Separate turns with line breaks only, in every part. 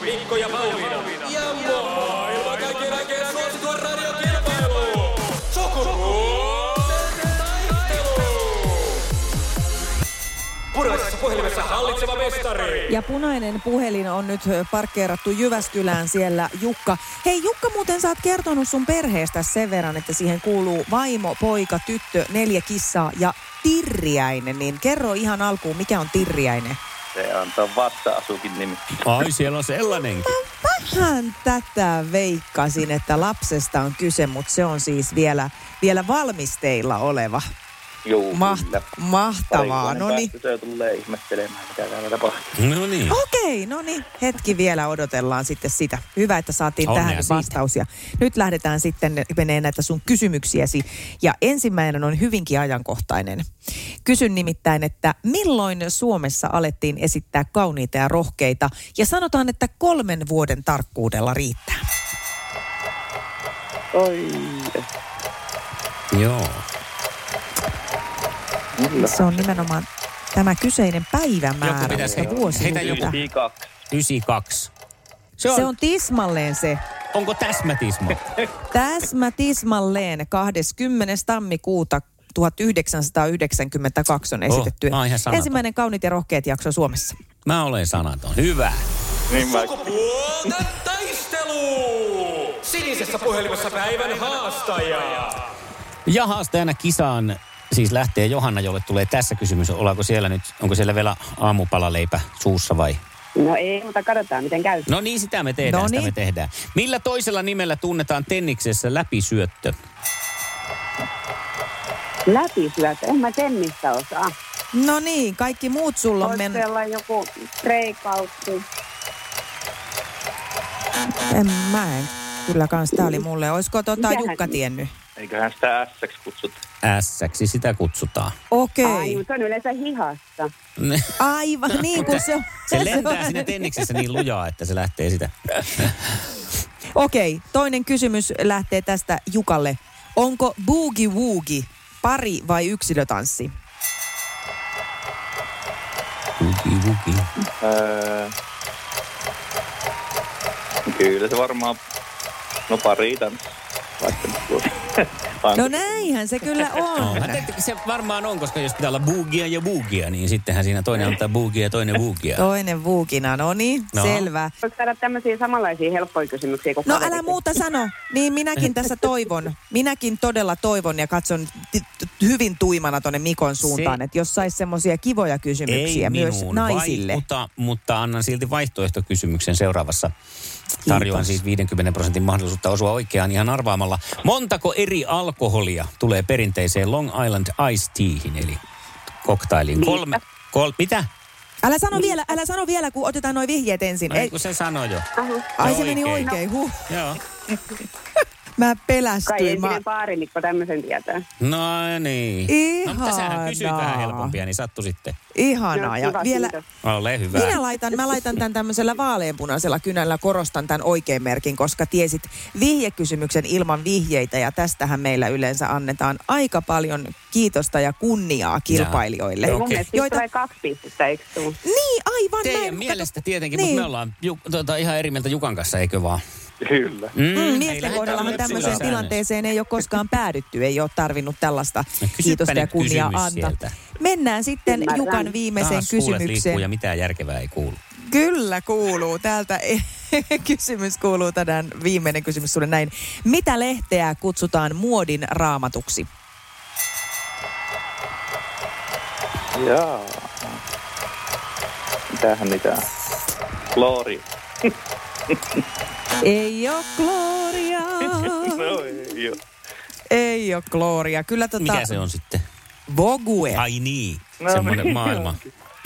Mikko ja Pauliina. Ja maailman kaikkien aikeen suosituen radiokilpailu. Sukupuolten taistelu. Puraisessa puhelimessa hallitseva mestari.
Ja punainen puhelin on nyt ö, parkkeerattu Jyväskylään siellä Jukka. Hei Jukka, muuten sä oot kertonut sun perheestä sen verran, että siihen kuuluu vaimo, poika, tyttö, neljä kissaa ja tirjäinen. Niin kerro ihan alkuun, mikä on tirjäinen?
Se on tuon vatsa-asukin nimi.
Ai, siellä on sellainenkin.
Vähän tätä veikkasin, että lapsesta on kyse, mutta se on siis vielä, vielä valmisteilla oleva.
Juu,
Maht-
kyllä.
mahtavaa,
Parin vuoden
no niin.
päästä Se tulee ihmettelemään, mitä täällä tapahtuu.
No niin.
Okei, no niin. Hetki vielä odotellaan sitten sitä. Hyvä, että saatiin
Onnea
tähän
siitä.
vastaus. Ja nyt lähdetään sitten, menee näitä sun kysymyksiäsi. Ja ensimmäinen on hyvinkin ajankohtainen. Kysyn nimittäin, että milloin Suomessa alettiin esittää kauniita ja rohkeita? Ja sanotaan, että kolmen vuoden tarkkuudella riittää.
Oi,
Joo. No.
kyllä.
Se on nimenomaan tämä kyseinen
Joku
päivämäärä,
pitäisi
mutta
heittää.
vuosi
Heitä
lukee.
joku.
92.
92. Se on,
Se on tismalleen se.
onko täsmätismo?
Täsmä tismalleen 20. tammikuuta 1992 on esitetty.
Oh, mä oon ihan sanaton.
Ensimmäinen kaunit ja rohkeat jakso Suomessa.
Mä olen sanaton. Hyvä.
Niin mä
Sukupuolten taistelu. Sinisessä puhelimessa päivän haastaja.
Ja haastajana kisaan siis lähtee Johanna, jolle tulee tässä kysymys. Ollaanko siellä nyt, onko siellä vielä aamupalaleipä suussa vai?
No ei, mutta katsotaan miten käy.
No niin, sitä me tehdään,
No
sitä me
niin.
tehdään. Millä toisella nimellä tunnetaan tenniksessä läpisyöttö?
Läpisyötä, en mä tennistä osaa.
No niin, kaikki muut sulla on
Olisi
mennyt.
sellainen joku breikautti.
En mä en. Kyllä kans tää oli mulle. Oisko tota
Mitähän?
Jukka tiennyt?
Eiköhän sitä S-ksi kutsut.
Ässäksi sitä kutsutaan.
Ai,
Okei.
mutta se on yleensä hihassa.
Ne-
Aivan, niin kuin se on.
Se lentää siinä tenniksessä niin lujaa, että se lähtee sitä.
Okei, toinen kysymys lähtee tästä Jukalle. Onko boogie woogie pari vai yksilötanssi?
Uki, uki.
Öö, kyllä se varmaan... No pari tanssi. Vaikka nyt tuossa. Vai-
No näinhän se kyllä on.
Mä tein, se varmaan on, koska jos pitää olla buugia ja buugia, niin sittenhän siinä toinen antaa buugia ja toinen buugia.
Toinen vuukina, no niin,
No.
selvä.
Voisi saada tämmöisiä samanlaisia helppoja kysymyksiä kuin
No älä
kaverikin.
muuta sano, niin minäkin tässä toivon. Minäkin todella toivon ja katson ti- t- hyvin tuimana tuonne Mikon suuntaan,
Se-
että jos saisi semmoisia kivoja kysymyksiä
Ei
myös
minuun
naisille.
vaikuta, mutta annan silti vaihtoehtokysymyksen seuraavassa. Tarjoan siis 50 prosentin mahdollisuutta osua oikeaan ihan arvaamalla. Montako eri alkoholia tulee perinteiseen Long Island Ice Teahin, eli koktailiin? Kolme, kol, mitä?
Älä sano vielä, älä sano vielä, kun otetaan nuo vihjeet ensin.
No,
Ei,
ei, kun se sanoi jo.
Aha.
ai
se
se meni
oikein.
oikein, huh.
Joo.
Mä
Kai
pelästyin. Mä...
entinen baarimikko tämmöisen tietää.
No niin. No mutta sähän
Ihanaa.
kysyit vähän helpompia, niin sattu sitten.
Ihanaa. Ja
No, hyvä,
vielä,
kiitos.
Ole hyvä.
Minä laitan, mä laitan tämän tämmöisellä vaaleanpunaisella kynällä, korostan tämän oikein merkin, koska tiesit vihjekysymyksen ilman vihjeitä ja tästähän meillä yleensä annetaan aika paljon kiitosta ja kunniaa kilpailijoille.
Joo.
Mun
Okei.
mielestä
Joita-
Joita... tulee kaksi pistettä, eikö tuu?
Niin, aivan näin.
Teidän
Kato-
mielestä tietenkin,
niin.
mutta me ollaan ju, tuota, ihan eri mieltä Jukan kanssa, eikö vaan?
Kyllä.
Mm,
ei lähdetä
miesten kohdallahan
nyt
tämmöiseen
sillä
tilanteeseen ei ole koskaan päädytty, ei ole tarvinnut tällaista
No kysypä
kiitosta ja
nyt
kunniaa
kysymys
antaa.
sieltä.
Mennään sitten
Ymmärrän.
Jukan viimeiseen
Taas kuulet liikkuu
kysymykseen. Tota-
ja mitään järkevää ei kuulu.
Kyllä kuuluu. Täältä kysymys kuuluu tänään. Viimeinen kysymys sulle näin. Mitä lehteä kutsutaan muodin raamatuksi?
Jaa. Mitähän niitä on? Glory.
Ei ole Gloria.
No ei, joo.
Ei ole Gloria. Kyllä tota...
Mikä se on sitten?
Vogue.
Ai niin,
No
semmoinen
niin,
maailma,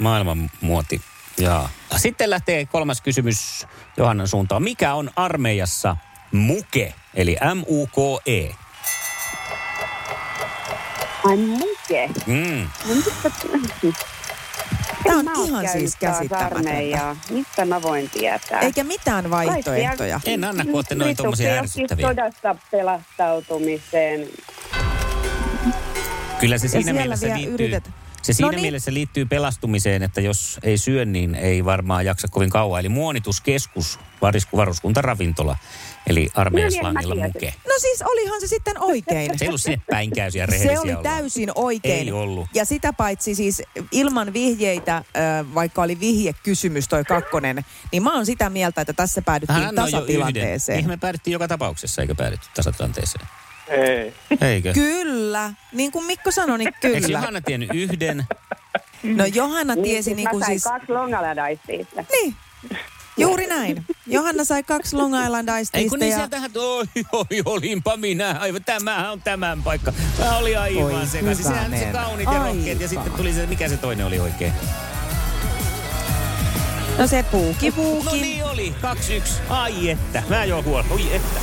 maailman muoti. Jaa. Sitten lähtee kolmas kysymys Johannan suuntaan. Mikä on armeijassa muke, eli M-U-K-E?
Ai muke.
Mm.
No mistä-
Tää on
Mä oon
ihan
käynyt
siis
taas
käsittämätöntä.
armeijaa. Mistä mä voin tietää?
Eikä mitään vaihtoehtoja.
En anna, kun ootte noin tommosia
Yrityksiä
ärsyttäviä.
johonkin sodasta pelastautumiseen.
Kyllä se
Ja
siinä
siellä
mielessä
vielä
liittyy
yrität. No niin.
Se siinä
Noniin.
mielessä liittyy pelastumiseen, että jos ei syö, niin ei varmaan jaksa kovin kauan. Eli muonituskeskus, varisku- varuskuntaravintola, eli armeijaslangilla
No niin, en mä
muke.
No siis olihan se sitten oikein.
Se ei ollut sinne päinkäysiä rehellisiä
Se oli
ollaan.
täysin oikein.
Ei ollut.
Ja sitä paitsi siis ilman vihjeitä, äh, vaikka oli vihjekysymys toi kakkonen, niin mä oon sitä mieltä, että tässä päädyttiin
Hän on jo yhden.
tasatilanteeseen.
Eihän me päädyttiin joka tapauksessa, eikö päädytty tasatilanteeseen?
Ei.
Eikö?
Kyllä. Niin kuin Mikko sanoi, niin
Eikö
kyllä.
Johanna tiennyt yhden?
No Johanna tiesi
sit
niin
mä
kuin
sain
siis...
kaksi longaladaistia.
Niin. Juuri näin. Johanna sai kaksi Long Island Ice
Ei
Teatä
kun niin
ja...
sieltähän, oi, oi, olinpa minä, aivan tämähän on tämän paikka. Tämä oli
Oi,
aivan sekaisin. Sehän se
hyvänen
kaunit ja rohkeet ja
aika.
sitten tuli se, mikä se toinen oli oikein.
No se puuki puukin.
No niin oli, 2-1, ai että. Mä jo huol, oi että.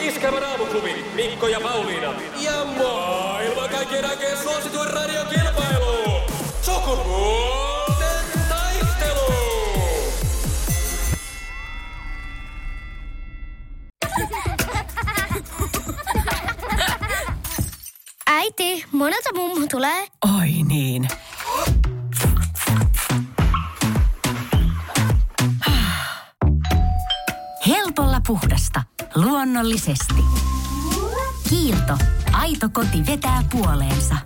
Iskävä raamuklubi, Mikko ja Pauliina. Ja maailman kaikkien aikeen suosituen radiokilpailu. Sukupuolten taistelu.
Äiti, monelta mummu tulee?
Ai niin.
Helpolla puhdasta. Luonnollisesti. Kiilto. Aito koti vetää puoleensa.